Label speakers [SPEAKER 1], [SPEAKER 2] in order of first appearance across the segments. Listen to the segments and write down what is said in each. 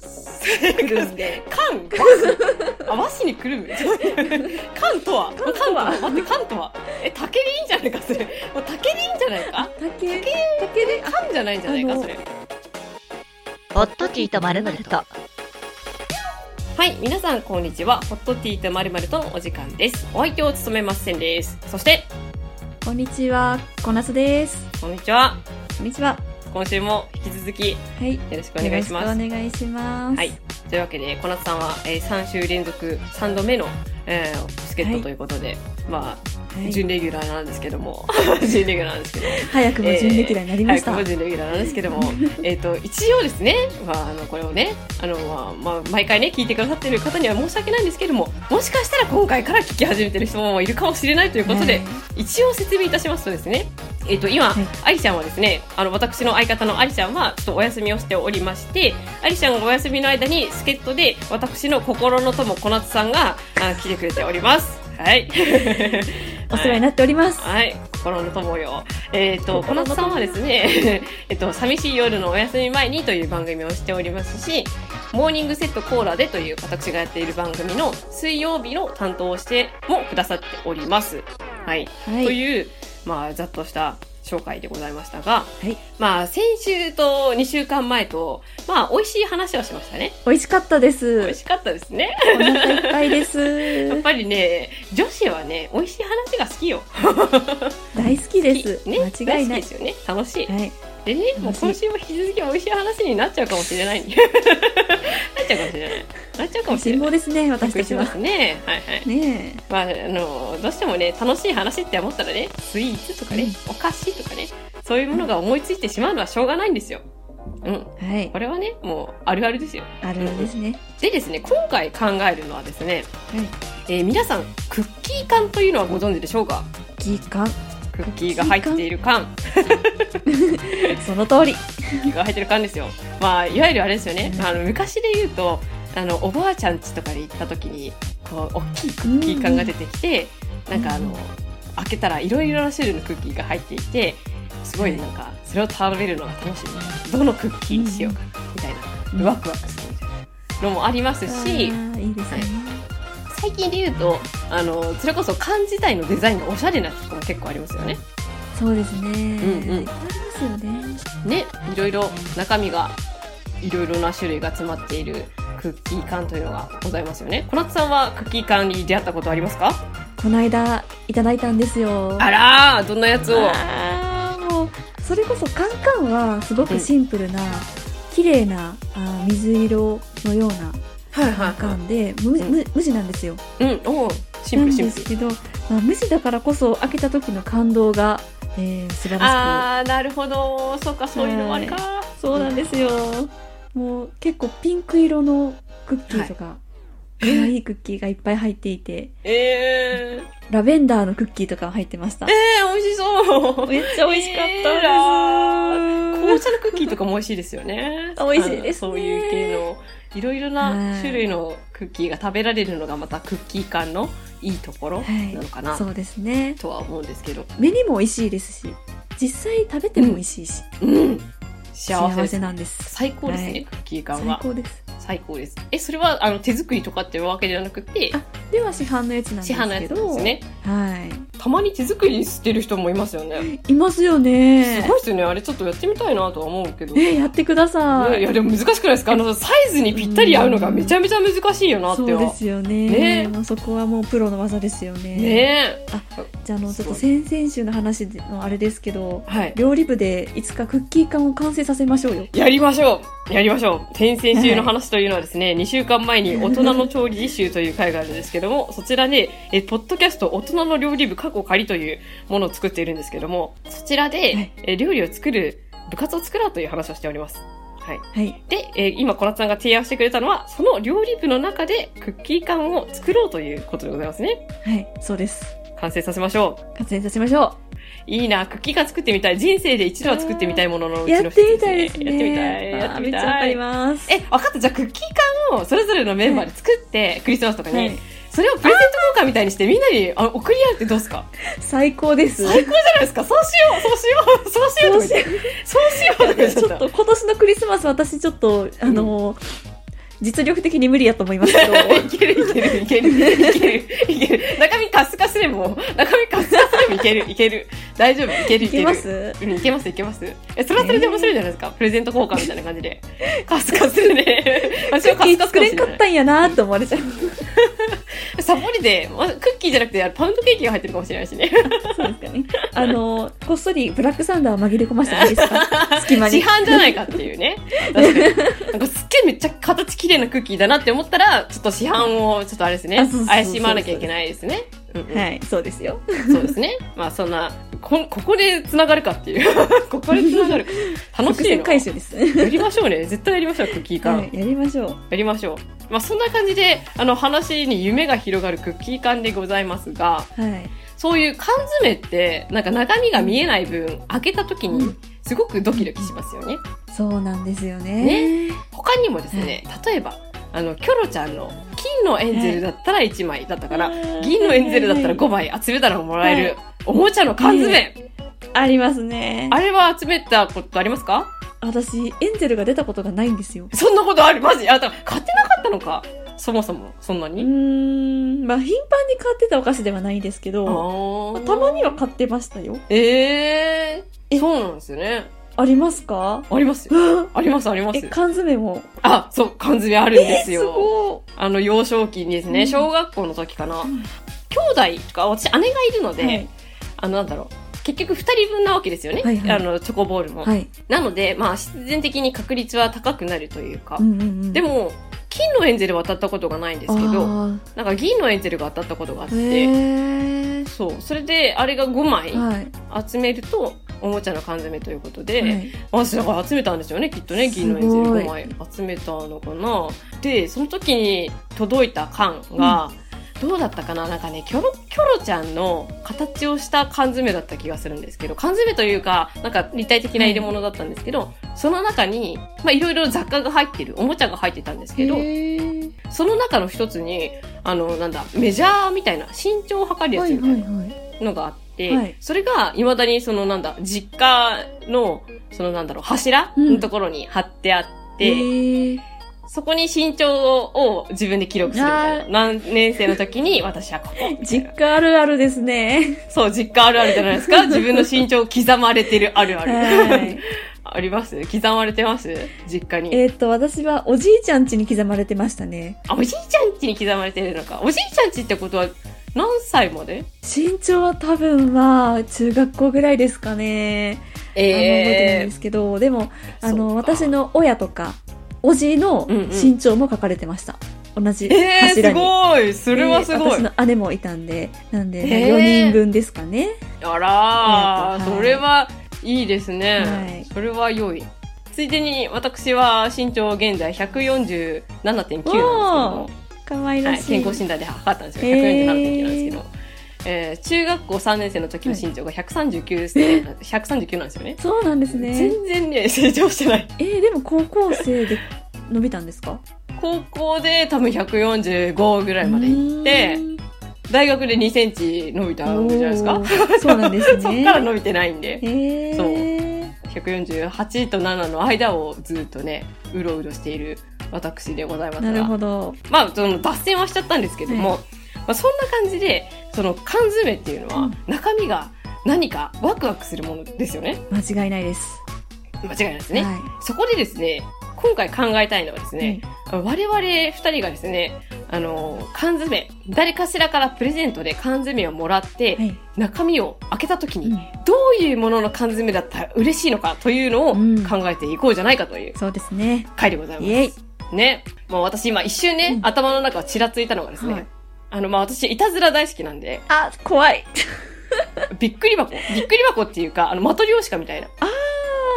[SPEAKER 1] くるんで
[SPEAKER 2] 缶あ和紙にくるむちょっと待って缶とは
[SPEAKER 1] 缶とは
[SPEAKER 2] あ缶と待って缶とはえ竹でいいんじゃないかそれもう竹でいいんじゃないか
[SPEAKER 1] 竹竹であ
[SPEAKER 2] 缶じゃないんじゃない
[SPEAKER 1] あ
[SPEAKER 2] か
[SPEAKER 1] の
[SPEAKER 2] それ
[SPEAKER 3] ホットティーとまるまると。
[SPEAKER 2] はい皆さんこんにちはホットティーとまるまるとのお時間ですお相手を務めますせんですそして
[SPEAKER 1] こんにちはこなすです
[SPEAKER 2] こんにちは
[SPEAKER 1] こんにちは
[SPEAKER 2] 今週も引き続きよ
[SPEAKER 1] はい
[SPEAKER 2] ろしくお願いします
[SPEAKER 1] よろしくお願いします
[SPEAKER 2] はいというわけで小夏さんは、えー、3週連続3度目の、えー、助っ
[SPEAKER 1] は
[SPEAKER 2] 人
[SPEAKER 1] い
[SPEAKER 2] ということで、ま
[SPEAKER 1] は
[SPEAKER 2] あ
[SPEAKER 1] い
[SPEAKER 2] 準レギュラーなんですけども 準レギュラーなんですけど
[SPEAKER 1] 早くも準レギュラーになりま
[SPEAKER 2] はい、
[SPEAKER 1] した、
[SPEAKER 2] 個人レギュラーなんですけど も、えっと一応ですね、まああのこれをね、あのまあまあ毎回ね聞いてくださっている方には申し訳ないんですけども、もしかしたら今回から聞き始めてる人もいるかもしれないということで、
[SPEAKER 1] ね
[SPEAKER 2] 一応説明いたしますとですね、えっ、と今、
[SPEAKER 1] はい
[SPEAKER 2] アリちゃんはですね、あの私の相方のアリちゃんはちょっとお休みをしておりまして、アリちゃんがお休みの間に助っ人で私の心の友小夏さんがあ来てくれております。はい。
[SPEAKER 1] お世話になっております、
[SPEAKER 2] はい、心の友よ。えっ、と、小夏さんはですね、 えっと、寂しい夜のお休み前にという番組をしておりますし、モーニングセットコーラでという私がやっている番組の水曜日の担当をしてもくださっております。はい。
[SPEAKER 1] はい
[SPEAKER 2] という、まあ、ざっとした紹介でございましたが、
[SPEAKER 1] はい
[SPEAKER 2] まあ、先週と2週間前と、まあ、美味しい話をしましたね。
[SPEAKER 1] 美味しかったで
[SPEAKER 2] 美
[SPEAKER 1] す
[SPEAKER 2] 味しかったですね。
[SPEAKER 1] お腹いっぱいです
[SPEAKER 2] やっぱりね、女子はね、美味しい話が好きよ。
[SPEAKER 1] 大好きです、
[SPEAKER 2] ね、
[SPEAKER 1] 間違いな
[SPEAKER 2] 大好きで
[SPEAKER 1] い
[SPEAKER 2] すよね。楽しい。
[SPEAKER 1] はい、
[SPEAKER 2] でね、もう
[SPEAKER 1] 楽しい
[SPEAKER 2] 今週も引き続き美味しい話になっちゃうかもしれ ない。なっちゃうかもしれない。なっちゃうかもしれ
[SPEAKER 1] 辛
[SPEAKER 2] ない。
[SPEAKER 1] 抱ですね私
[SPEAKER 2] び
[SPEAKER 1] た
[SPEAKER 2] っくりし
[SPEAKER 1] ち
[SPEAKER 2] ま
[SPEAKER 1] は
[SPEAKER 2] すね。はいはい。
[SPEAKER 1] ね
[SPEAKER 2] まあ、あの、どうしてもね、楽しい話って思ったらね、スイーツとかね、
[SPEAKER 1] うん
[SPEAKER 2] お菓子とかね、そういうものが思いついてしまうのはしょうがないんですよ。うん。
[SPEAKER 1] えはい
[SPEAKER 2] これはね、もうあるあるですよ。
[SPEAKER 1] あるんですね
[SPEAKER 2] でですね、今回考えるのはですね、
[SPEAKER 1] はい
[SPEAKER 2] えー皆さん、クッキー缶というのはご存知でしょうか
[SPEAKER 1] 期間
[SPEAKER 2] クッキーが入っている缶。
[SPEAKER 1] その通り
[SPEAKER 2] が入ってる缶ですよ。まあ、いわゆるあれですよね。あの、昔で言うと、あの、おばあちゃん家とかに行った時に、こう、大きいクッキー缶が出てきて、なんかあ
[SPEAKER 1] うん
[SPEAKER 2] の、開けたらいろいろな種類のクッキーが入っていて、すごいなんか、それを食べるのが楽しみ。どのクッキーにしようか、みたいな。ワクワクするみたいなのもありますし、
[SPEAKER 1] あーいいですね、
[SPEAKER 2] 最近で言うと、あの、それこそ缶自体のデザインがおしゃれなとこも結構ありますよね。
[SPEAKER 1] そうです
[SPEAKER 2] ん
[SPEAKER 1] ね、
[SPEAKER 2] うん
[SPEAKER 1] いっぱいありますよね
[SPEAKER 2] ね、いろいろ中身がいろいろな種類が詰まっているクッキー缶というのがございますよね。小夏さんはクッキー缶に出会ったことありますか
[SPEAKER 1] この間いただいたんですよ
[SPEAKER 2] あらー、どんなやつを。
[SPEAKER 1] あーもうそれこそカンカンはすごくシンプルな、綺麗なあー水色のような
[SPEAKER 2] はい
[SPEAKER 1] カンカンで、無
[SPEAKER 2] うん
[SPEAKER 1] 無無地なんですよ
[SPEAKER 2] い。うん、おうシンプルシ
[SPEAKER 1] な
[SPEAKER 2] ン
[SPEAKER 1] んで
[SPEAKER 2] プ
[SPEAKER 1] す
[SPEAKER 2] ル。
[SPEAKER 1] けど、まあ、無地だからこそ開けた時の感動が、えー素晴らし
[SPEAKER 2] あー、なるほど。そうか、そういうのもあるか。
[SPEAKER 1] くそうなんですよもう結構ピンク色のクッキーとか、可愛いクッキーがいっぱい入っていて
[SPEAKER 2] えー、
[SPEAKER 1] ラベンダーのクッキーとかも入ってました
[SPEAKER 2] えー、美味しそう。
[SPEAKER 1] めっちゃ美味しかった
[SPEAKER 2] えーら
[SPEAKER 1] んで
[SPEAKER 2] 紅
[SPEAKER 1] す。。
[SPEAKER 2] 茶のクッキーとかも美味しいですよね
[SPEAKER 1] 美味しいですね
[SPEAKER 2] あのそういう系の、いろいろ
[SPEAKER 1] は
[SPEAKER 2] ない種類のクッキーが食べられるのがまたクッキー缶のいいところなのかな、
[SPEAKER 1] はい、そうですね。
[SPEAKER 2] とは思うんですけど。
[SPEAKER 1] 目にも美味しいですし、実際食べても美味しいし、
[SPEAKER 2] うん。幸せ
[SPEAKER 1] 幸
[SPEAKER 2] で
[SPEAKER 1] せ
[SPEAKER 2] す。
[SPEAKER 1] なんです。
[SPEAKER 2] 最高ですね、
[SPEAKER 1] はい
[SPEAKER 2] クッキー缶
[SPEAKER 1] 最
[SPEAKER 2] は。
[SPEAKER 1] 高です。
[SPEAKER 2] 最高です。え、それは、あの、手作りとかってわけじゃなくて、
[SPEAKER 1] では市販のやつなんです
[SPEAKER 2] 市
[SPEAKER 1] けど、
[SPEAKER 2] 販のやつですね。
[SPEAKER 1] は
[SPEAKER 2] たまに手作りしてる人もいますよね。
[SPEAKER 1] い。いますよ
[SPEAKER 2] す
[SPEAKER 1] ね。
[SPEAKER 2] ごいですよね。あれちょっとやってみたいなとは思うけど。
[SPEAKER 1] えやってください。
[SPEAKER 2] ねいや、でも難しくないですかあの、サイズにぴったり合うのがめちゃめちゃ難しいよなって
[SPEAKER 1] そ
[SPEAKER 2] は。
[SPEAKER 1] うですよね。
[SPEAKER 2] ね
[SPEAKER 1] もうそこはもうプロの技ですよね。
[SPEAKER 2] ねえ。
[SPEAKER 1] じゃあ、あの、ちょっと
[SPEAKER 2] す
[SPEAKER 1] 先々週の話のあれですけど、
[SPEAKER 2] はい。
[SPEAKER 1] 料理部でいつかクッキー缶を完成させましょうよ。
[SPEAKER 2] やりましょうやりましょう先々週の話というのはですね、2週間前に大人の調理実習という会があるんですけども、そちらで、え、ポッドキャスト大人の料理部過去仮というものを作っているんですけども、そちらで、
[SPEAKER 1] はい
[SPEAKER 2] え、料理を作る、部活を作ろうという話をしております。はい。
[SPEAKER 1] はい。
[SPEAKER 2] で、えー今、小夏さんが提案してくれたのは、その料理部の中でクッキー缶を作ろうということでございますね。
[SPEAKER 1] はい。そうです。
[SPEAKER 2] 完成させましょう。
[SPEAKER 1] 完成させましょ
[SPEAKER 2] いいな、クッキー缶作ってみたい。人生で一度は作ってみたいもののう
[SPEAKER 1] う。
[SPEAKER 2] ち
[SPEAKER 1] や
[SPEAKER 2] の
[SPEAKER 1] っ
[SPEAKER 2] 一つ
[SPEAKER 1] てみたいですね。
[SPEAKER 2] やってみたい。や
[SPEAKER 1] あ
[SPEAKER 2] っ
[SPEAKER 1] ー
[SPEAKER 2] て
[SPEAKER 1] め
[SPEAKER 2] み
[SPEAKER 1] っちゃわ
[SPEAKER 2] た
[SPEAKER 1] か
[SPEAKER 2] い
[SPEAKER 1] り。ます。
[SPEAKER 2] え、分かった。じゃあ、クッキー缶をそれぞれのメンバーで作って、クリスマスとかに、
[SPEAKER 1] はい
[SPEAKER 2] それをプレゼント交換みたいにして、みんなにあの送り合うってどうすか
[SPEAKER 1] 最高です。
[SPEAKER 2] 最高じゃないですか。そうしよう、そうしよう、そうしようとか言って。そうしようとか言っ
[SPEAKER 1] ち
[SPEAKER 2] ち
[SPEAKER 1] ょ
[SPEAKER 2] ゃ
[SPEAKER 1] っ
[SPEAKER 2] った。
[SPEAKER 1] と今年のクリスマス私ちょっとあのー実力的に無理やと思いますけ ど
[SPEAKER 2] いけるいけるいけるいけるいける中身カスカスでも中身カスカスでもいけるいける大丈夫いけるい
[SPEAKER 1] い
[SPEAKER 2] ける
[SPEAKER 1] けます
[SPEAKER 2] うんいけますいけますえそれはそれで面白いじゃないですか、プレゼント交換みたいな感じで カスカスで、ね、 私
[SPEAKER 1] ク
[SPEAKER 2] は
[SPEAKER 1] ッ
[SPEAKER 2] カ
[SPEAKER 1] キ
[SPEAKER 2] ス
[SPEAKER 1] ー
[SPEAKER 2] カス
[SPEAKER 1] 作
[SPEAKER 2] かも
[SPEAKER 1] れ
[SPEAKER 2] し
[SPEAKER 1] ん
[SPEAKER 2] れ
[SPEAKER 1] か
[SPEAKER 2] な
[SPEAKER 1] っ
[SPEAKER 2] い
[SPEAKER 1] たんやなーって思われちゃう
[SPEAKER 2] サボりで、ま、クッキーじゃなくてあれパウンドケーキが入ってるかもしれないしね
[SPEAKER 1] そうです かねあのこっそりブラックサンダー紛れ込ませてもいいで すか隙間
[SPEAKER 2] 市
[SPEAKER 1] に
[SPEAKER 2] 販じゃないかっていう ね確かになんかすっげえめっちゃ形綺麗なクッキーだなって思ったらちょっと市販をちょっとあれです
[SPEAKER 1] あ
[SPEAKER 2] ね
[SPEAKER 1] そうそうそう
[SPEAKER 2] 怪しまなきゃいけないですねうんうん
[SPEAKER 1] はいそうですよ
[SPEAKER 2] そうですね。まあそんな、こ、ここで繋がるかっていう。 ここで繋がるか。楽
[SPEAKER 1] 伏
[SPEAKER 2] しい
[SPEAKER 1] 線
[SPEAKER 2] の。
[SPEAKER 1] 回収です
[SPEAKER 2] やりましょうね。絶対やりましょう、クッキー缶。
[SPEAKER 1] はいやりましょう
[SPEAKER 2] やりましょう。まあそんな感じで、あの話に夢が広がるクッキー缶でございますが、
[SPEAKER 1] はい
[SPEAKER 2] そういう缶詰って、なんか中身が見えない分、開けた時
[SPEAKER 1] う
[SPEAKER 2] に
[SPEAKER 1] ん、
[SPEAKER 2] すごくドキドキしますよね。
[SPEAKER 1] そうなんですよね
[SPEAKER 2] 他にもですね、例えば、あの、キョロちゃんの金のエンゼルだったら1枚だったから、銀のエンゼルだったら5枚集めたらもらえる、おもちゃの缶詰。
[SPEAKER 1] ねありますね
[SPEAKER 2] あれは集めたことありますか
[SPEAKER 1] 私エンゼルが出たことがないんですよ
[SPEAKER 2] そんなことあるマジあ、だから買ってなかったのかそもそも、そんな
[SPEAKER 1] うー
[SPEAKER 2] に。
[SPEAKER 1] んまあ頻繁に買ってたお菓子ではないですけ
[SPEAKER 2] あ
[SPEAKER 1] ど
[SPEAKER 2] ー
[SPEAKER 1] たまには買ってましたよ
[SPEAKER 2] ええ
[SPEAKER 1] え
[SPEAKER 2] そうなんですよね。
[SPEAKER 1] ありますか
[SPEAKER 2] ありますよ。あります、あります
[SPEAKER 1] え。缶詰も
[SPEAKER 2] あ、そう、缶詰あるんです
[SPEAKER 1] す
[SPEAKER 2] よ。
[SPEAKER 1] ご
[SPEAKER 2] あの、幼少期にです
[SPEAKER 1] う
[SPEAKER 2] ね、
[SPEAKER 1] ん
[SPEAKER 2] 小学校の時かな。
[SPEAKER 1] ん
[SPEAKER 2] 兄弟とか、私、姉がいるの
[SPEAKER 1] い
[SPEAKER 2] で、あの、なんだろう。結局、二人分なわけですよね。
[SPEAKER 1] はいはい
[SPEAKER 2] あの、チョコボールも。
[SPEAKER 1] はい
[SPEAKER 2] なので、まあ、必然的に確率は高くなるというか。
[SPEAKER 1] うんうんうん
[SPEAKER 2] でも、金のエンゼル渡ったことがないんですけど、
[SPEAKER 1] あ
[SPEAKER 2] なんか銀のエンゼルが当たったことがあっ
[SPEAKER 1] ー
[SPEAKER 2] て、
[SPEAKER 1] へー
[SPEAKER 2] そう、それであれが5枚
[SPEAKER 1] はい
[SPEAKER 2] 集めると、おもちゃの缶詰ということで、
[SPEAKER 1] はい
[SPEAKER 2] 私だから集めたんですよね、きっとね、
[SPEAKER 1] すご
[SPEAKER 2] 銀の
[SPEAKER 1] い
[SPEAKER 2] エンゼル5枚集めたのかな。で、その時に届いた缶が、どうだったかななんかね、キョロ、キョロちゃんの形をした缶詰だった気がするんですけど、缶詰というか、なんか立体的な入れ物だったんですけど、その中に、まあいろいろ雑貨が入ってる、おもちゃが入ってたんですけど、
[SPEAKER 1] へー
[SPEAKER 2] その中の一つに、あの、なんだ、メジャーみたいな、身長を測るや
[SPEAKER 1] は
[SPEAKER 2] つ
[SPEAKER 1] い
[SPEAKER 2] みた
[SPEAKER 1] はいいはい
[SPEAKER 2] なのがあって、
[SPEAKER 1] はい
[SPEAKER 2] それが、未だにそのなんだ、実家の、そのなんだろう、柱
[SPEAKER 1] うん
[SPEAKER 2] のところに貼ってあって、
[SPEAKER 1] へー
[SPEAKER 2] そこに身長を自分で記録するみたい
[SPEAKER 1] あ
[SPEAKER 2] な。何年生の時に、私はここみ たい
[SPEAKER 1] 実
[SPEAKER 2] な。
[SPEAKER 1] 家あるあるですね
[SPEAKER 2] そう、実家あるあるじゃないです か。自分の身長を刻まれてるあるあ
[SPEAKER 1] は
[SPEAKER 2] る
[SPEAKER 1] い。
[SPEAKER 2] あります刻まれてます実家に。
[SPEAKER 1] えーっと私はおじいちゃん家に刻まれてましたね
[SPEAKER 2] あ、おじいちゃん家に刻まれてるのか。おじいちゃん家ってことは、何歳まで
[SPEAKER 1] 身長は多分まあ中学校ぐらいですかね、あの覚えてないん
[SPEAKER 2] え
[SPEAKER 1] ですけどでも
[SPEAKER 2] ー
[SPEAKER 1] あの
[SPEAKER 2] そうか
[SPEAKER 1] 私の親とかおじの身長も書かれてました、同じ
[SPEAKER 2] えー、
[SPEAKER 1] 柱
[SPEAKER 2] す
[SPEAKER 1] に、
[SPEAKER 2] ごいそれはすごい、
[SPEAKER 1] で私の姉もいたんでなんで、
[SPEAKER 2] へー
[SPEAKER 1] 4人分ですかね
[SPEAKER 2] あらー、
[SPEAKER 1] ありがとうはい
[SPEAKER 2] それはいいですね、
[SPEAKER 1] はい
[SPEAKER 2] それは良いついでに私は身長現在147.9なんですけど
[SPEAKER 1] お
[SPEAKER 2] も
[SPEAKER 1] ー、かわい
[SPEAKER 2] は
[SPEAKER 1] ら
[SPEAKER 2] い、
[SPEAKER 1] しい、
[SPEAKER 2] 健康診断で測ったんですよ147.9
[SPEAKER 1] へー
[SPEAKER 2] なんですけど、えー中学校3年生の時の身長が139セン、139なんですよね
[SPEAKER 1] そうなんですね
[SPEAKER 2] 全然ね成長してない
[SPEAKER 1] えーでも高校生で伸びたんですか
[SPEAKER 2] 高校で多分145ぐらいまで行って大学で2センチ伸びたんじゃないですか
[SPEAKER 1] おーそうなんです ね
[SPEAKER 2] そっから伸びてないんで、
[SPEAKER 1] へー
[SPEAKER 2] 148と7の間をずっとね、うろうろしている私でございます
[SPEAKER 1] なる
[SPEAKER 2] が、
[SPEAKER 1] ほど
[SPEAKER 2] まあ、その脱線はしちゃったんですけども、まあ、そんな感じで、その缶詰っていうの
[SPEAKER 1] う
[SPEAKER 2] は
[SPEAKER 1] ん、
[SPEAKER 2] 中身が何かワクワクするものですよね。
[SPEAKER 1] 間違いないです
[SPEAKER 2] 間違いないですね。
[SPEAKER 1] はい
[SPEAKER 2] そこでですね、今回考えたいのはですね、我々二人がですね、あの、缶詰、誰かしらからプレゼントで缶詰をもらって、
[SPEAKER 1] はい
[SPEAKER 2] 中身を開けた時に、
[SPEAKER 1] うん
[SPEAKER 2] どういうものの缶詰だったら嬉しいのかというのを
[SPEAKER 1] うん
[SPEAKER 2] 考えていこうじゃないかという
[SPEAKER 1] そうですね
[SPEAKER 2] 回でございま
[SPEAKER 1] イエイ
[SPEAKER 2] す。ね。もう私今一瞬ね、
[SPEAKER 1] うん
[SPEAKER 2] 頭の中をちらついたのがですね、
[SPEAKER 1] はい
[SPEAKER 2] あの、まあ、私、いたずら大好きなんで、
[SPEAKER 1] あ怖い
[SPEAKER 2] びっくり 箱、びっくり箱っていうか、あの、マトリョーシカみたいな。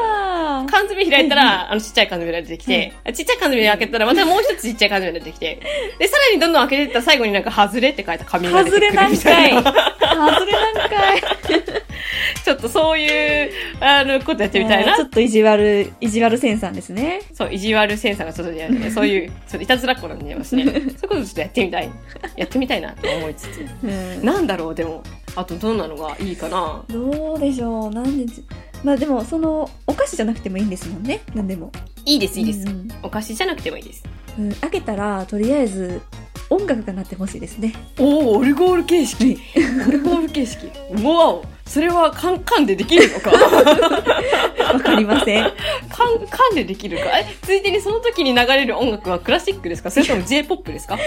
[SPEAKER 1] あ
[SPEAKER 2] 缶詰開いたら、あの、ちっちゃい缶詰が出てきて、ちっちゃい缶詰開けたら、またもう一つちっちゃい缶詰が出てき て、で、さらにどんどん開けていったら最後になんか、外れって書いた紙が出て
[SPEAKER 1] 外
[SPEAKER 2] くる
[SPEAKER 1] れ
[SPEAKER 2] みたいな。
[SPEAKER 1] 何回 外れ何回
[SPEAKER 2] ちょっとそういう、あの、ことや ってみたいな
[SPEAKER 1] ちょっと意地悪意地悪センさんですね
[SPEAKER 2] そう、意地悪センサーがちょっと出るね、そういう、ちょっといたずらっ子なんでます ね。そういうことちょっとやってみたい。やってみたいなと思いつつ。
[SPEAKER 1] うん
[SPEAKER 2] なんだろう、でも。あと、どんなのがいいかな。
[SPEAKER 1] どうでしょうなんでじまあでもそのお菓子じゃなくてもいいんですもんね何でも
[SPEAKER 2] いいです、いいです
[SPEAKER 1] う。ん
[SPEAKER 2] お菓子じゃなくてもいいです。
[SPEAKER 1] うん、開けたらとりあえず音楽が鳴ってほしいですね。
[SPEAKER 2] おおオルゴール形式オルゴール形式うわおそれはカンカンでできるの か
[SPEAKER 1] わかりま せん。
[SPEAKER 2] カンカンでできるかえついでにその時に流れる音楽はクラシックですかそれとも J−POP ですか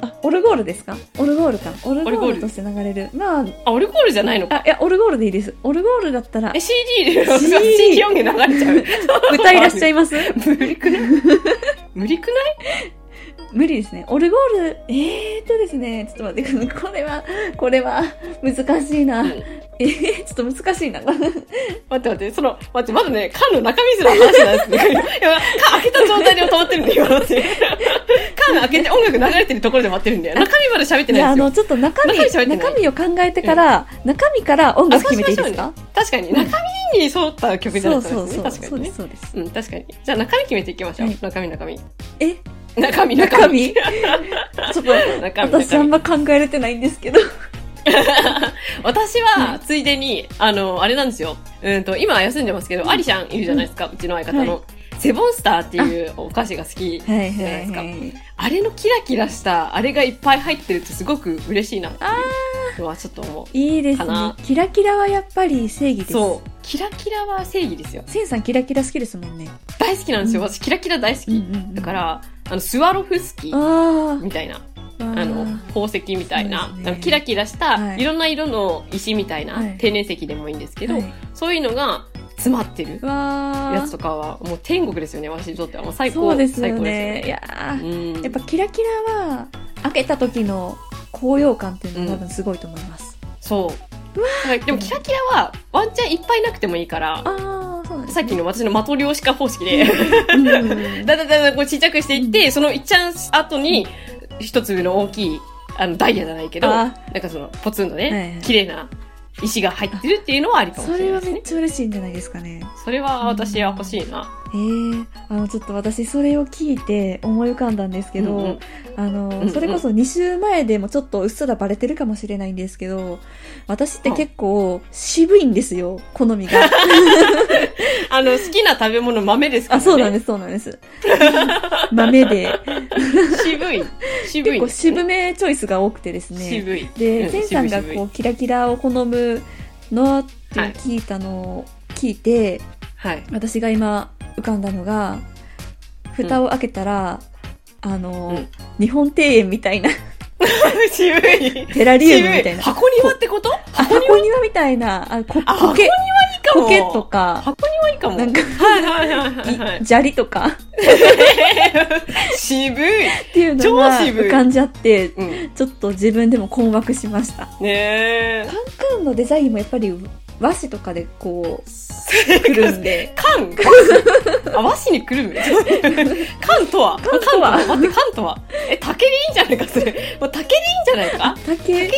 [SPEAKER 1] あ、オルゴールですか？オルゴールか。オル
[SPEAKER 2] オルゴ
[SPEAKER 1] ゴ
[SPEAKER 2] ー
[SPEAKER 1] ー
[SPEAKER 2] ル
[SPEAKER 1] ルとして流れる。まあ、
[SPEAKER 2] あオルゴールじゃないのか
[SPEAKER 1] あいやオルゴールでいいです。オルゴールだったら
[SPEAKER 2] え CD で
[SPEAKER 1] CD
[SPEAKER 2] CD 音源流れちゃう
[SPEAKER 1] 歌いらっしゃいます？
[SPEAKER 2] 無理くない無理くない
[SPEAKER 1] 無理ですね。オルゴール、えーっとですね、ちょっと待ってください、これは、これは、難しいな。
[SPEAKER 2] うん
[SPEAKER 1] えー、ちょっと難しいな。
[SPEAKER 2] 待って待って、その、待って、まだね、缶の中身すら話してないですね。 いや、缶開けた状態で止まってるんで、今私。缶開けて音楽流れてるところで待ってるんだよ。中身まで喋って
[SPEAKER 1] いや、
[SPEAKER 2] ない
[SPEAKER 1] あ
[SPEAKER 2] んですよ。
[SPEAKER 1] の、ちょっと中身、
[SPEAKER 2] 中身喋ってない
[SPEAKER 1] 中身を考えてから、中身から音楽決めていいです
[SPEAKER 2] あ
[SPEAKER 1] か
[SPEAKER 2] 確かに、中身に沿った曲じゃな
[SPEAKER 1] そ
[SPEAKER 2] いうですね。
[SPEAKER 1] そうそう。
[SPEAKER 2] 確か
[SPEAKER 1] そう
[SPEAKER 2] に
[SPEAKER 1] で
[SPEAKER 2] ね
[SPEAKER 1] す、。そうです。
[SPEAKER 2] うん、確かに。じゃあ中身決めていきましょう。
[SPEAKER 1] はい
[SPEAKER 2] 中身、中身。
[SPEAKER 1] え
[SPEAKER 2] 中身、
[SPEAKER 1] 中
[SPEAKER 2] 中身。
[SPEAKER 1] 身ちょっと、
[SPEAKER 2] 中身、
[SPEAKER 1] 私
[SPEAKER 2] 中
[SPEAKER 1] あん
[SPEAKER 2] 身。
[SPEAKER 1] ま考えれてないんですけど。
[SPEAKER 2] 私は、ついでに、あの、あれなんですよ。うんと、今休んでますけど、アリシャンいるじゃないですか、うちの相方
[SPEAKER 1] は
[SPEAKER 2] の。セボンスターっていうお菓子が好き
[SPEAKER 1] はい
[SPEAKER 2] じゃ
[SPEAKER 1] は
[SPEAKER 2] ないで
[SPEAKER 1] い
[SPEAKER 2] すか
[SPEAKER 1] はい。
[SPEAKER 2] あれのキラキラした、あれがいっぱい入ってるとすごく嬉しいなっていうのはちょっと思
[SPEAKER 1] いいです
[SPEAKER 2] か
[SPEAKER 1] ね
[SPEAKER 2] な。
[SPEAKER 1] キラキラはやっぱり正義で
[SPEAKER 2] う。
[SPEAKER 1] す。
[SPEAKER 2] そう。キラキラは正義ですよ。
[SPEAKER 1] センさんキラキラ好きですもんね。
[SPEAKER 2] 大好きなんですよ。
[SPEAKER 1] うん
[SPEAKER 2] 私、キラキラ大好
[SPEAKER 1] うんう
[SPEAKER 2] き。
[SPEAKER 1] んうん
[SPEAKER 2] だか、ら、あの、スワロフスキ
[SPEAKER 1] あ
[SPEAKER 2] ー
[SPEAKER 1] ー
[SPEAKER 2] みたいな、
[SPEAKER 1] あー。
[SPEAKER 2] あの、宝石みたいな、
[SPEAKER 1] そうです
[SPEAKER 2] あ
[SPEAKER 1] ね
[SPEAKER 2] のキラキラし
[SPEAKER 1] は
[SPEAKER 2] た、
[SPEAKER 1] い
[SPEAKER 2] いろんな色の石みたいな、
[SPEAKER 1] はい
[SPEAKER 2] 天然石でもいいんですけど、
[SPEAKER 1] はい
[SPEAKER 2] そういうのが詰まってる
[SPEAKER 1] わー
[SPEAKER 2] やつとかは、もう天国ですよね、私にとっては。もう最高。
[SPEAKER 1] そうですよ
[SPEAKER 2] 最高
[SPEAKER 1] ね。いや
[SPEAKER 2] す
[SPEAKER 1] ー
[SPEAKER 2] よね。うん
[SPEAKER 1] やっぱキラキラは開けた時の高揚感っていうのは多分すごいと思います。
[SPEAKER 2] そう。だからでもキラキラはワンチャンいっぱいなくてもいいから、
[SPEAKER 1] ああ、そうなんです
[SPEAKER 2] さっきの私の的量子化方式で、
[SPEAKER 1] うん
[SPEAKER 2] だだだだこうちっちゃくしていって、その一ちゃん後に、一粒の大きい、あの、ダイヤじゃないけど、な
[SPEAKER 1] あ
[SPEAKER 2] んかその、ポツンと
[SPEAKER 1] はいは
[SPEAKER 2] ね
[SPEAKER 1] い、
[SPEAKER 2] 綺麗な石が入ってるっていうのはありかもし
[SPEAKER 1] そ
[SPEAKER 2] れ
[SPEAKER 1] れ
[SPEAKER 2] ない
[SPEAKER 1] は
[SPEAKER 2] です
[SPEAKER 1] め
[SPEAKER 2] ね
[SPEAKER 1] っ。ちゃ嬉しいんじゃないですかね。
[SPEAKER 2] それは私は欲しいな。
[SPEAKER 1] ええあの、ちょっと私それを聞いて思い浮かんだんですけど、
[SPEAKER 2] うんうん
[SPEAKER 1] あ
[SPEAKER 2] んうん
[SPEAKER 1] の、それこそ2週前でもちょっとうっすらバレてるかもしれないんですけど、私って結構渋いんですよ、好み が。
[SPEAKER 2] あの、好きな食べ物豆ですから
[SPEAKER 1] あ、
[SPEAKER 2] ね。
[SPEAKER 1] そうな
[SPEAKER 2] で
[SPEAKER 1] んです、そうなん です。豆で。
[SPEAKER 2] す。渋い。渋
[SPEAKER 1] 結
[SPEAKER 2] い
[SPEAKER 1] 構
[SPEAKER 2] ですね、
[SPEAKER 1] 渋めチョイスが多くてですね。
[SPEAKER 2] 渋い。う
[SPEAKER 1] で、
[SPEAKER 2] ん
[SPEAKER 1] センさんが
[SPEAKER 2] 渋い
[SPEAKER 1] こ、
[SPEAKER 2] 渋いう
[SPEAKER 1] キラキラを好むのって聞いたのを聞いて、
[SPEAKER 2] はい。
[SPEAKER 1] 私が今浮かんだのが、蓋を開けたら、あの、
[SPEAKER 2] うん
[SPEAKER 1] 日本庭園みたいな、
[SPEAKER 2] 渋い。
[SPEAKER 1] テラリウムみたい
[SPEAKER 2] 渋
[SPEAKER 1] な、
[SPEAKER 2] 箱庭ってこと
[SPEAKER 1] あ箱庭みたいな、あ、こ
[SPEAKER 2] あ
[SPEAKER 1] 苔、
[SPEAKER 2] いいかも。
[SPEAKER 1] 苔と。か、
[SPEAKER 2] 箱庭いいかも。
[SPEAKER 1] なんか
[SPEAKER 2] はいはいはいはいはい
[SPEAKER 1] い。砂利とか
[SPEAKER 2] 渋い。
[SPEAKER 1] っていうのが
[SPEAKER 2] 超渋い
[SPEAKER 1] 浮かんじゃって、
[SPEAKER 2] うん。
[SPEAKER 1] ちょっと自分でも困惑しました。
[SPEAKER 2] ねえ。
[SPEAKER 1] カンカンのデザインもやっぱり和紙とかでこう、くるんで、
[SPEAKER 2] 缶あ、和紙にくるむ 缶とは
[SPEAKER 1] 缶とは
[SPEAKER 2] 缶待って、缶とはえ、竹でいいんじゃないか、それ。もう竹でいいんじゃないか
[SPEAKER 1] 竹、竹で、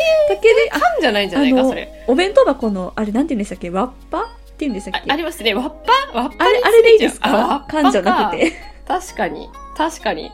[SPEAKER 1] あ
[SPEAKER 2] 缶じゃないんじゃない
[SPEAKER 1] あ
[SPEAKER 2] か、
[SPEAKER 1] の
[SPEAKER 2] それ。
[SPEAKER 1] お弁当箱の、あれ、なんて言うんでしたっけわっぱって言うんでした
[SPEAKER 2] あ
[SPEAKER 1] っけ
[SPEAKER 2] あ
[SPEAKER 1] あれ、
[SPEAKER 2] りますね。わっぱわっぱに
[SPEAKER 1] あれでいいです
[SPEAKER 2] あわっ
[SPEAKER 1] か
[SPEAKER 2] ぱ
[SPEAKER 1] 缶じゃなくて。
[SPEAKER 2] 確かに。確かに。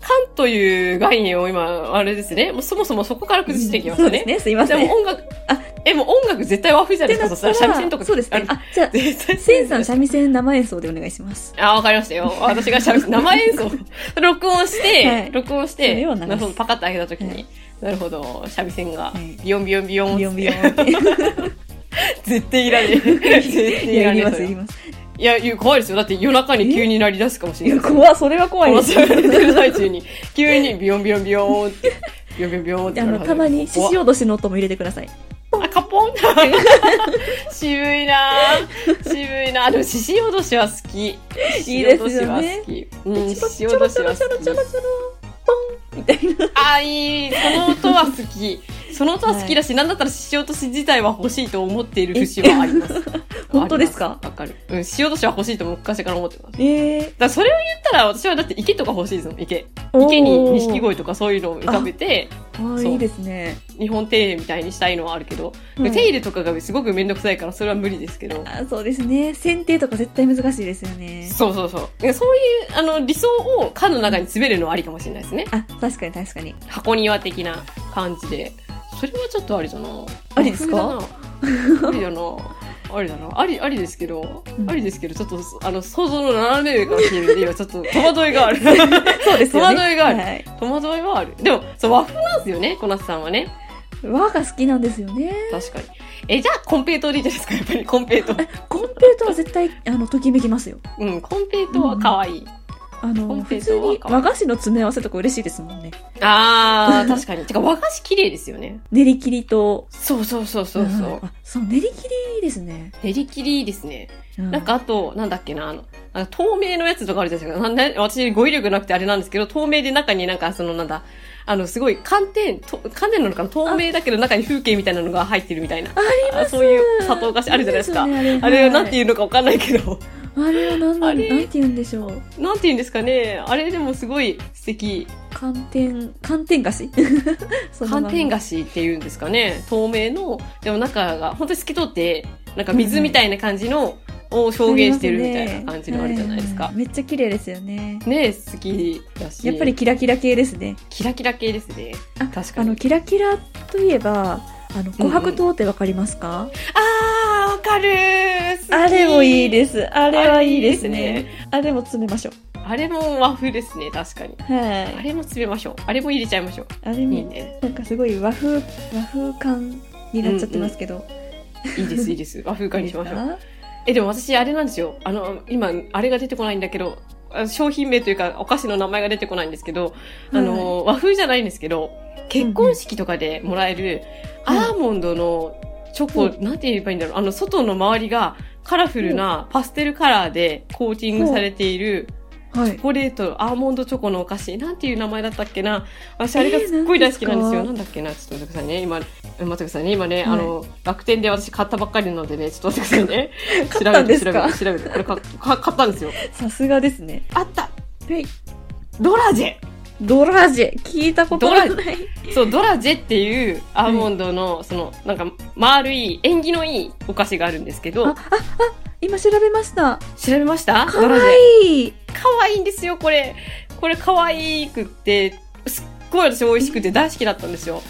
[SPEAKER 2] 缶という概念を今、あれですね。もうそもそもそこから崩していきまし
[SPEAKER 1] そ
[SPEAKER 2] た
[SPEAKER 1] うです
[SPEAKER 2] ね。
[SPEAKER 1] ね、すいま
[SPEAKER 2] じ
[SPEAKER 1] せ
[SPEAKER 2] ゃ
[SPEAKER 1] ん。
[SPEAKER 2] あもう音楽、
[SPEAKER 1] あ
[SPEAKER 2] え、もう音楽絶対和風じゃないですか、そしたら三味線とか。
[SPEAKER 1] そうですね。
[SPEAKER 2] あの
[SPEAKER 1] あ、じゃあ、
[SPEAKER 2] 絶対
[SPEAKER 1] センさん三味線生演奏でお願いします。
[SPEAKER 2] あ、わかりましたよ。私が喋って、生演奏、 録音して、
[SPEAKER 1] はい
[SPEAKER 2] 録音し
[SPEAKER 1] そ
[SPEAKER 2] て、
[SPEAKER 1] れを流す
[SPEAKER 2] なるほど、パカッと開けた時に、
[SPEAKER 1] はい
[SPEAKER 2] なるほど、三味線が
[SPEAKER 1] はい、
[SPEAKER 2] ビヨンビヨンビヨンっつって
[SPEAKER 1] ビヨンビヨンって。
[SPEAKER 2] 絶対いらねえ。絶対
[SPEAKER 1] い
[SPEAKER 2] い
[SPEAKER 1] や、
[SPEAKER 2] ら
[SPEAKER 1] い
[SPEAKER 2] ね
[SPEAKER 1] り
[SPEAKER 2] え
[SPEAKER 1] ま
[SPEAKER 2] そ
[SPEAKER 1] す、
[SPEAKER 2] れ
[SPEAKER 1] いり
[SPEAKER 2] は。
[SPEAKER 1] ます。
[SPEAKER 2] いや、いや怖いですよ。だって夜中に急に鳴り出すかもし
[SPEAKER 1] い
[SPEAKER 2] れな
[SPEAKER 1] や、
[SPEAKER 2] い。
[SPEAKER 1] 怖い、それは怖いです。
[SPEAKER 2] 殺されてる最中に、急にビヨンビヨンビヨンって、ビヨンビヨンビヨンって
[SPEAKER 1] あ
[SPEAKER 2] なる
[SPEAKER 1] の、
[SPEAKER 2] はず。
[SPEAKER 1] たまに、獅
[SPEAKER 2] 怖っ
[SPEAKER 1] 子落としの音も入れてください。
[SPEAKER 2] あ、カポン 渋いなぁ渋いなぁ。でも、獅子おどしは好き。い
[SPEAKER 1] いですよね
[SPEAKER 2] 好き。うん、
[SPEAKER 1] チ
[SPEAKER 2] 獅子
[SPEAKER 1] ョロチ
[SPEAKER 2] お
[SPEAKER 1] ョ
[SPEAKER 2] ど
[SPEAKER 1] ロ
[SPEAKER 2] し
[SPEAKER 1] チョ
[SPEAKER 2] は
[SPEAKER 1] ロチョロ
[SPEAKER 2] 好
[SPEAKER 1] チ
[SPEAKER 2] き
[SPEAKER 1] ョロ。チョロ、ポンみたいな。
[SPEAKER 2] あ、いい。その音は好き。その音は好きだし、なんだったら獅子おどし自体は欲しいと思っている節はあります。
[SPEAKER 1] 本当ですか
[SPEAKER 2] ありますわかる。うん、獅子おどしは欲しいと昔から思ってます。だか
[SPEAKER 1] ええ
[SPEAKER 2] らそれを言ったら、私はだって池とか欲しいですもん、池。
[SPEAKER 1] ー。
[SPEAKER 2] 池に錦鯉とかそういうのを浮かべて、
[SPEAKER 1] ああ、
[SPEAKER 2] そう
[SPEAKER 1] いいですね。
[SPEAKER 2] 日本庭園みたいにしたいのはあるけど、
[SPEAKER 1] はい
[SPEAKER 2] 手入れとかがすごくめんどくさいから、それは無理ですけど。
[SPEAKER 1] あそうですね。剪定とか絶対難しいですよね。
[SPEAKER 2] そうそうそう。そういう、あの、理想を缶の中に詰めるのはありかもしれないですね。
[SPEAKER 1] あ、確かに確かに。
[SPEAKER 2] 箱庭的な感じで。それはちょっとありだな
[SPEAKER 1] ありですか
[SPEAKER 2] ありだな。ありだな。ありだな。あり、ありですけど、
[SPEAKER 1] うん
[SPEAKER 2] ありですけど、ちょっと、あの、想像の斜め上から来てるんで、今ちょっと戸惑いがある。
[SPEAKER 1] そうですよね。
[SPEAKER 2] 戸惑いがある
[SPEAKER 1] はい
[SPEAKER 2] 戸惑いはある。でも、そう、和風なんですよね、小夏さんはね。
[SPEAKER 1] 和が好きなんですよね。
[SPEAKER 2] 確かに。え、じゃあ、コンペイトーでいいじゃないですか、やっぱり、コンペイト ー。
[SPEAKER 1] コンペイトーは絶対、あの、ときめきますよ。
[SPEAKER 2] うん、コンペイトーは可愛い。
[SPEAKER 1] あ
[SPEAKER 2] コ
[SPEAKER 1] の、
[SPEAKER 2] ンペ
[SPEAKER 1] 普
[SPEAKER 2] イトー
[SPEAKER 1] 通
[SPEAKER 2] は
[SPEAKER 1] に和菓子の詰め合わせとか嬉しいですもんね。
[SPEAKER 2] あー、確かに。てか、和菓子綺麗ですよね。
[SPEAKER 1] 練り切りと、
[SPEAKER 2] そうそうそうそうそ
[SPEAKER 1] ん
[SPEAKER 2] う。
[SPEAKER 1] あ、そう、練り切りですね。
[SPEAKER 2] 練り切りですね。
[SPEAKER 1] う
[SPEAKER 2] なんか、あと、なんだっけな、あの、なんか透明のやつとかあるじゃないですか。なんで、私、語彙力なくてあれなんですけど、透明で中になんか、その、なんだ、あの、すごい、寒天、と寒天なのかな透明だけど中に風景みたいなのが入ってるみたいな。ありますそういう砂糖菓子あるじゃないですか。
[SPEAKER 1] あれ
[SPEAKER 2] あれ、なんてい
[SPEAKER 1] いう
[SPEAKER 2] うのかわかんないけど。
[SPEAKER 1] あれはなんな
[SPEAKER 2] あ
[SPEAKER 1] ん、
[SPEAKER 2] れ
[SPEAKER 1] なんて言うんでしょう。
[SPEAKER 2] なんていうんですかね。あれでもすごい素敵。
[SPEAKER 1] 寒天、寒天菓子 そのまん
[SPEAKER 2] 寒
[SPEAKER 1] ま
[SPEAKER 2] 天菓子っていうんですかね。透明の、でも中が本当に透き通って、なんか水みたいな感じのを表現してるみたいな感じのあるじゃないです
[SPEAKER 1] は
[SPEAKER 2] か。
[SPEAKER 1] めっちゃ綺麗ですよね。
[SPEAKER 2] ね好きだし。
[SPEAKER 1] やっぱりキラキラ系ですね。
[SPEAKER 2] キラキラ系ですね。
[SPEAKER 1] あ
[SPEAKER 2] 確か
[SPEAKER 1] あの、
[SPEAKER 2] に。
[SPEAKER 1] キラキラといえば、あの、琥
[SPEAKER 2] うんう
[SPEAKER 1] 珀
[SPEAKER 2] ん
[SPEAKER 1] 糖ってわかりますか、
[SPEAKER 2] あー、わかる
[SPEAKER 1] あれもいい
[SPEAKER 2] す。
[SPEAKER 1] です。あれはいいですね。
[SPEAKER 2] あれい
[SPEAKER 1] あれ
[SPEAKER 2] いで
[SPEAKER 1] も詰めましょう。
[SPEAKER 2] あれも和風ですね、確かに。
[SPEAKER 1] は
[SPEAKER 2] あ
[SPEAKER 1] い。
[SPEAKER 2] れも詰めましょう。あれも入れちゃいましょう。
[SPEAKER 1] あれ
[SPEAKER 2] いい
[SPEAKER 1] も、
[SPEAKER 2] ね。
[SPEAKER 1] なんかすごい和風、和風感になっちゃってますけど。
[SPEAKER 2] いいです、いいです。和風化にしましょう。
[SPEAKER 1] いいですか
[SPEAKER 2] え、でも私、あれなんですよ。あの、今、あれが出てこないんだけど、あ商品名というか、お菓子の名前が出てこないんですけど、あの、和風じゃないんですけど、結婚式とかでもらえる、
[SPEAKER 1] うんうん
[SPEAKER 2] アーモンドのチョコ、
[SPEAKER 1] う
[SPEAKER 2] なんて言えばいいんだろう。あの、外の周りがカラフルなパステルカラーでコーティングされている、
[SPEAKER 1] はい。
[SPEAKER 2] チョコレート、アーモンドチョコのお菓子、なんていう名前だったっけな。私、あれがすっごい
[SPEAKER 1] えー
[SPEAKER 2] 大好きなんですよ。
[SPEAKER 1] な
[SPEAKER 2] なんだっけな、ちょっと待ってくださいね。今、待ってくださいね。今ね、
[SPEAKER 1] はい
[SPEAKER 2] あの、楽天で私買ったばっかりなのでね、ちょっと待ってくださいね。
[SPEAKER 1] 買ったんですか
[SPEAKER 2] 調べて、調べて、調べて。これかか買ったんですよ。
[SPEAKER 1] さすがですね。
[SPEAKER 2] あった
[SPEAKER 1] はい。
[SPEAKER 2] ドラジェ
[SPEAKER 1] ドラジェ、聞いたことがない。
[SPEAKER 2] そう、ドラジェっていうアーモンドの、その、なんか、丸い、縁起のいいお菓子があるんですけど
[SPEAKER 1] あ、、あ、あ、今調べました。
[SPEAKER 2] 調べました
[SPEAKER 1] か
[SPEAKER 2] ドラ
[SPEAKER 1] わ
[SPEAKER 2] ジェ。
[SPEAKER 1] いい。
[SPEAKER 2] 可愛いんですよ、これ。これ可愛くって、すっごい私美味しくて大好きだったんですよ。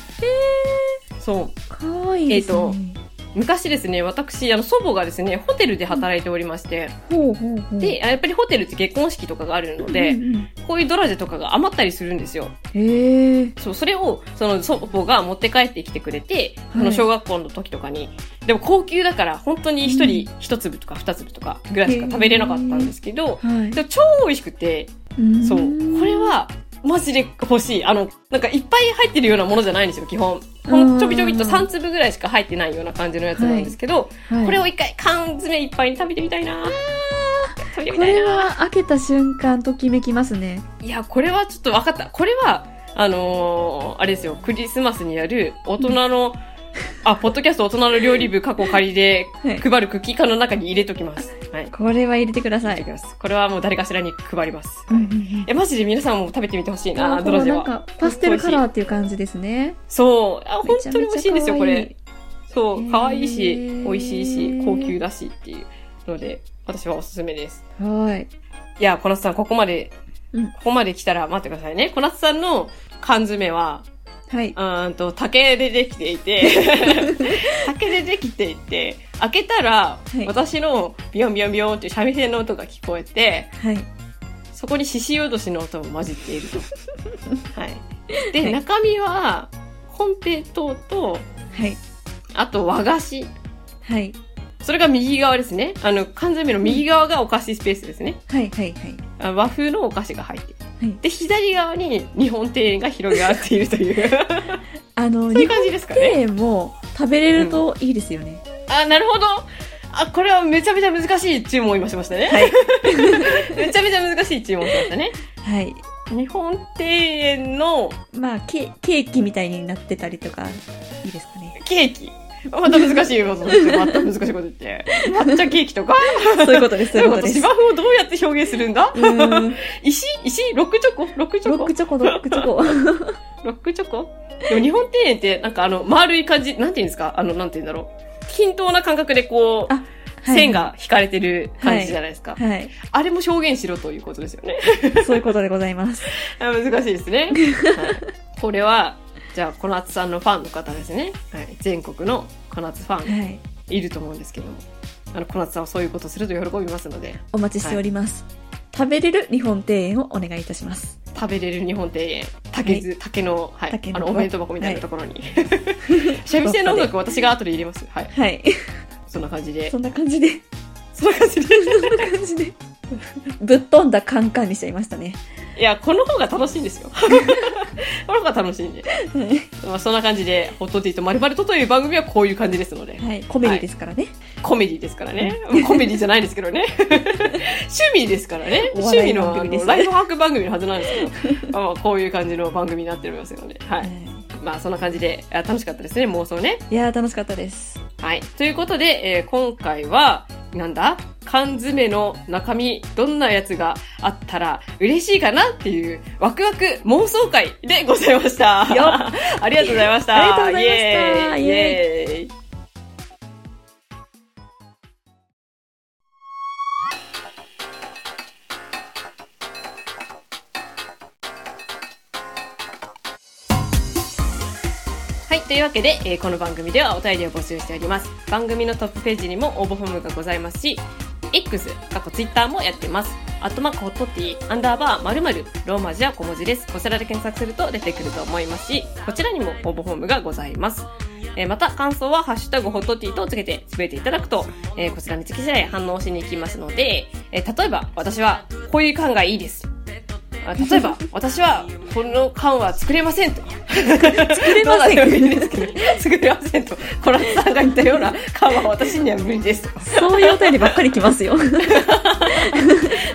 [SPEAKER 2] へー。そう。
[SPEAKER 1] かわいいですね。
[SPEAKER 2] 昔ですね、私、あの、祖母がですね、ホテルで働いておりまして、
[SPEAKER 1] ほうほうほう。
[SPEAKER 2] で、あやっぱりホテルって結婚式とかがあるので、
[SPEAKER 1] うんうん
[SPEAKER 2] こういうドラジェとかが余ったりするんですよ。
[SPEAKER 1] へえ。
[SPEAKER 2] そう、それを、その祖母が持って帰ってきてくれて、
[SPEAKER 1] はい
[SPEAKER 2] あの、小学校の時とかに、でも高級だから、本当に一人一粒とか二粒とかぐらいしか食べれなかったんですけど、
[SPEAKER 1] はい。
[SPEAKER 2] でも超美味しくて、そう。
[SPEAKER 1] ーん
[SPEAKER 2] これ、は、マジで欲しい。あの、なんかいっぱい入ってるようなものじゃないんですよ、基本。ほ
[SPEAKER 1] うん
[SPEAKER 2] んちょびちょびっと3粒ぐらいしか入ってないような感じのやつなんですけど、
[SPEAKER 1] はい
[SPEAKER 2] これを一回缶詰いっぱいに食べてみたいな食べてみ
[SPEAKER 1] こ
[SPEAKER 2] たい
[SPEAKER 1] れ
[SPEAKER 2] な
[SPEAKER 1] は開けた瞬間ときめきますね。
[SPEAKER 2] いや、これはちょっと分かった。これは、あのーあれですよ、クリスマスにやる大人の、あ、ポッドキャスト大人の料理部過去仮で
[SPEAKER 1] はい。
[SPEAKER 2] 配るクッキー缶の中に入れときます。はい。
[SPEAKER 1] これは入れてくださ
[SPEAKER 2] 入れ
[SPEAKER 1] い
[SPEAKER 2] とき。ます。これはもう誰かしらに配ります。
[SPEAKER 1] う
[SPEAKER 2] は
[SPEAKER 1] ん
[SPEAKER 2] い
[SPEAKER 1] うんうん
[SPEAKER 2] え、マジで皆さんも食べてみてほしいな、
[SPEAKER 1] あ
[SPEAKER 2] ドロジェ
[SPEAKER 1] なん
[SPEAKER 2] は。
[SPEAKER 1] かパステルカラーっていう感じですね。
[SPEAKER 2] そう。あ、本
[SPEAKER 1] めちゃ
[SPEAKER 2] 当に美
[SPEAKER 1] めちゃ
[SPEAKER 2] 味しいんですよ、
[SPEAKER 1] 可
[SPEAKER 2] こ
[SPEAKER 1] 愛い
[SPEAKER 2] れ。そう。可愛いし、
[SPEAKER 1] へー
[SPEAKER 2] 美味しいし、高級だしっていうので、私はおすすめです。
[SPEAKER 1] はい。
[SPEAKER 2] いや、小夏さん、ここまで、
[SPEAKER 1] うん
[SPEAKER 2] ここまで来たら待ってくださいね。小夏さんの缶詰は、
[SPEAKER 1] はい。
[SPEAKER 2] うーんと、竹でできてい て、竹でできていて、開けたら、
[SPEAKER 1] はい
[SPEAKER 2] 私のビヨンビヨンビヨンっていう三味線の音が聞こえて、
[SPEAKER 1] はい。
[SPEAKER 2] そこに獅子落としの音も混じっていると。 はい。で、
[SPEAKER 1] はい
[SPEAKER 2] 中身は、コンペイトーと、
[SPEAKER 1] はい。
[SPEAKER 2] あと和菓子。
[SPEAKER 1] はい。
[SPEAKER 2] それが右側ですね。あの、缶詰の右側がお菓子スペースですね。
[SPEAKER 1] はい。はい。はい。
[SPEAKER 2] あ和風のお菓子が入っている。
[SPEAKER 1] はい
[SPEAKER 2] で、左側に日本庭園が広がっていると いう、
[SPEAKER 1] あの、
[SPEAKER 2] そうい
[SPEAKER 1] 日
[SPEAKER 2] う
[SPEAKER 1] 本
[SPEAKER 2] 感じですか
[SPEAKER 1] 庭
[SPEAKER 2] ね。
[SPEAKER 1] 園も食べれるといいですよね。
[SPEAKER 2] あ、なるほど。あ、これはめちゃめちゃ難しい注文を今しましたね。 めちゃめちゃ難しい注文をしましたね。
[SPEAKER 1] はい。
[SPEAKER 2] 日本庭園の
[SPEAKER 1] まあ、ケケーキみたいになってたりとか、いいですかね。
[SPEAKER 2] ケーキ。また難しいよ、そのまた難しいこと言って。抹茶ケーキとか、
[SPEAKER 1] そういうことで す。
[SPEAKER 2] そ
[SPEAKER 1] そう
[SPEAKER 2] いこ
[SPEAKER 1] ういううこととです。
[SPEAKER 2] 芝生をどうやって表現するんだ
[SPEAKER 1] うーん
[SPEAKER 2] 石石ロックチョコロックチョ
[SPEAKER 1] ロ
[SPEAKER 2] コ
[SPEAKER 1] ックチョコ、ロックチョコ。は
[SPEAKER 2] ロックチョコでも日本庭園って、なんかあの、丸い感じ、なんて言うんですかあの、なんて言うんだろう。均等な感覚でこう、
[SPEAKER 1] あい
[SPEAKER 2] 線。が引かれてる感じじゃないですか。
[SPEAKER 1] はい。
[SPEAKER 2] あれも表現しろということですよね。
[SPEAKER 1] そういうことでございます。
[SPEAKER 2] あ難しいですね。はいこれは、じゃあ、小夏さんのファンの方ですね。はい、全国の小夏ファン
[SPEAKER 1] はい。
[SPEAKER 2] いると思うんですけども。あの小夏さんはそういうことすると喜びますので
[SPEAKER 1] お待ちしております、食べれる日本庭園をお願いいたします
[SPEAKER 2] 食べれる日本庭園竹ず、竹の,、はい、
[SPEAKER 1] 竹の
[SPEAKER 2] あの
[SPEAKER 1] 子
[SPEAKER 2] お弁当箱みたいなところに、 三味線の音楽私が後で入れますはい
[SPEAKER 1] はい
[SPEAKER 2] そんな感じで
[SPEAKER 1] そんな感じで
[SPEAKER 2] そんな感じで
[SPEAKER 1] そんな感じでぶっ飛んだカンカンにしちゃいましたね
[SPEAKER 2] いやこの方が楽しいんですよ この方が楽しいんで、
[SPEAKER 1] は
[SPEAKER 2] まあ、そんな感じで「ホットティーとまるまると」という番組はこういう感じですので
[SPEAKER 1] い、コメディですからね、
[SPEAKER 2] コメディですからね。 コメディじゃないですけどね。 趣味ですからね。
[SPEAKER 1] お
[SPEAKER 2] 趣
[SPEAKER 1] 笑
[SPEAKER 2] 味
[SPEAKER 1] い
[SPEAKER 2] の
[SPEAKER 1] 番
[SPEAKER 2] あ
[SPEAKER 1] 組です
[SPEAKER 2] のライフハック番組のはずなんですけ ど、まあ、こういう感じの番組になっておりますので、は。
[SPEAKER 1] はいい
[SPEAKER 2] まあ、そんな感じで、あ楽しかったですね、妄想ね。
[SPEAKER 1] いやー楽しかったです
[SPEAKER 2] はい。ということで、えー今回は、なんだ缶詰の中身、どんなやつがあったら嬉しいかなっていう、ワクワク妄想会でございました。
[SPEAKER 1] よ
[SPEAKER 2] ありがとうございました。
[SPEAKER 1] ありがとうございました
[SPEAKER 2] イエーイイエーイはい、というわけで、えーこの番組ではお便りを募集しております。番組のトップページにも応募フォームがございますし、X、過去 Twitter もやってます。アットマークホットティー、アンダーバー、〇〇、ローマ字は小文字です。こちらで検索すると出てくると思いますし、こちらにも応募フォームがございます。えーまた、感想はハッシュタグホットティーとつけてつぶえていただくと、えーこちらにつき次第反応しに行きますので、えー例えば、私はこういう缶がいいです。あ例え ば、私はこの缶は作れませんと。 作 れ
[SPEAKER 1] ません
[SPEAKER 2] 作れませんと。コラスさんが言ったような缶は私には無理です。
[SPEAKER 1] そういうお便りばっかり来ますよ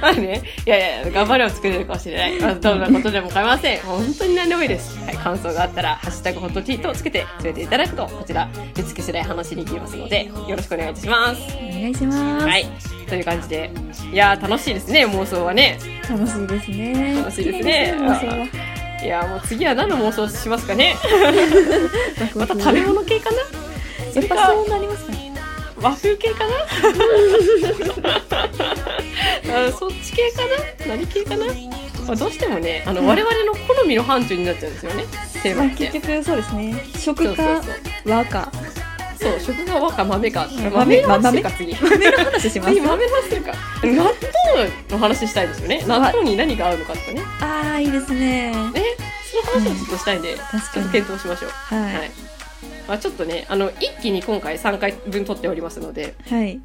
[SPEAKER 2] まあね、いやいや、頑張れば作れるかもしれない。まあ、どんなことでも構いません。本当に何でもいいです。はい、感想があったら、ハッシュタグホットティーとつけて、つれていただくと、こちら、見つけ次第話しに行きますので、よろしくお願いいたします。
[SPEAKER 1] お願いします、
[SPEAKER 2] はい。という感じで、いやー、楽しいですね、妄想はね。
[SPEAKER 1] 楽しいですね
[SPEAKER 2] 楽しいですね
[SPEAKER 1] 好きなんですよ妄想はい
[SPEAKER 2] やー、もう次は何の妄想しますかね。
[SPEAKER 1] ワク
[SPEAKER 2] ま
[SPEAKER 1] ワ
[SPEAKER 2] た
[SPEAKER 1] ク
[SPEAKER 2] 食べ物系かなそ
[SPEAKER 1] やっ
[SPEAKER 2] れか
[SPEAKER 1] ぱそうなりますか
[SPEAKER 2] 和風系かなあそっち系かな何系かな、まあ、どうしてもねあの、
[SPEAKER 1] うん
[SPEAKER 2] 我々の好みの範疇になっちゃうんですよねテーマ
[SPEAKER 1] まあ、
[SPEAKER 2] って
[SPEAKER 1] 結局そうですね
[SPEAKER 2] そう
[SPEAKER 1] 食
[SPEAKER 2] そう
[SPEAKER 1] か和か
[SPEAKER 2] そうそう食が和か豆か
[SPEAKER 1] ん
[SPEAKER 2] 豆の話す
[SPEAKER 1] 豆
[SPEAKER 2] るか次
[SPEAKER 1] 豆の話します
[SPEAKER 2] 次豆の話するか納豆の話したいですよね納豆に何が合うのかとかね
[SPEAKER 1] ああいいですね
[SPEAKER 2] ねその話をちょっとしたいんで、
[SPEAKER 1] 確
[SPEAKER 2] ちょっと
[SPEAKER 1] かに
[SPEAKER 2] 検討しましょう
[SPEAKER 1] はい
[SPEAKER 2] はいまあ、ちょっとねあの一気に今回3回分撮っておりますので
[SPEAKER 1] はい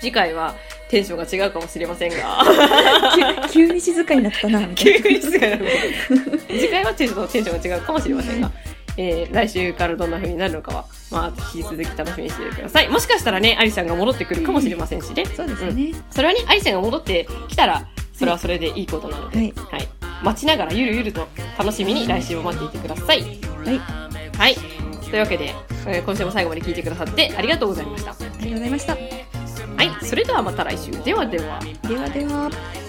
[SPEAKER 2] 次回はテンションが違うかもしれませんが
[SPEAKER 1] 急に静かになったなみた
[SPEAKER 2] 急
[SPEAKER 1] いな
[SPEAKER 2] に静かなの次回はテンションとテンションが違うかもしれませんが、えー来週からどんな風になるのかは、まあ、引き続き楽しみにしていてください。もしかしたらね、アリさんが戻ってくるかもしれませんしね。
[SPEAKER 1] そうですね、
[SPEAKER 2] それはね、アリさんが戻ってきたら、それはそれでいいことなので、
[SPEAKER 1] はい
[SPEAKER 2] はい。待ちながらゆるゆると楽しみに来週を待っていてください。
[SPEAKER 1] はいあ
[SPEAKER 2] はい。というわけで、えー今週も最後まで聞いてくださってありがとうございました。は
[SPEAKER 1] りがとうございました
[SPEAKER 2] い。それではまた来週。ではでは。
[SPEAKER 1] ではでは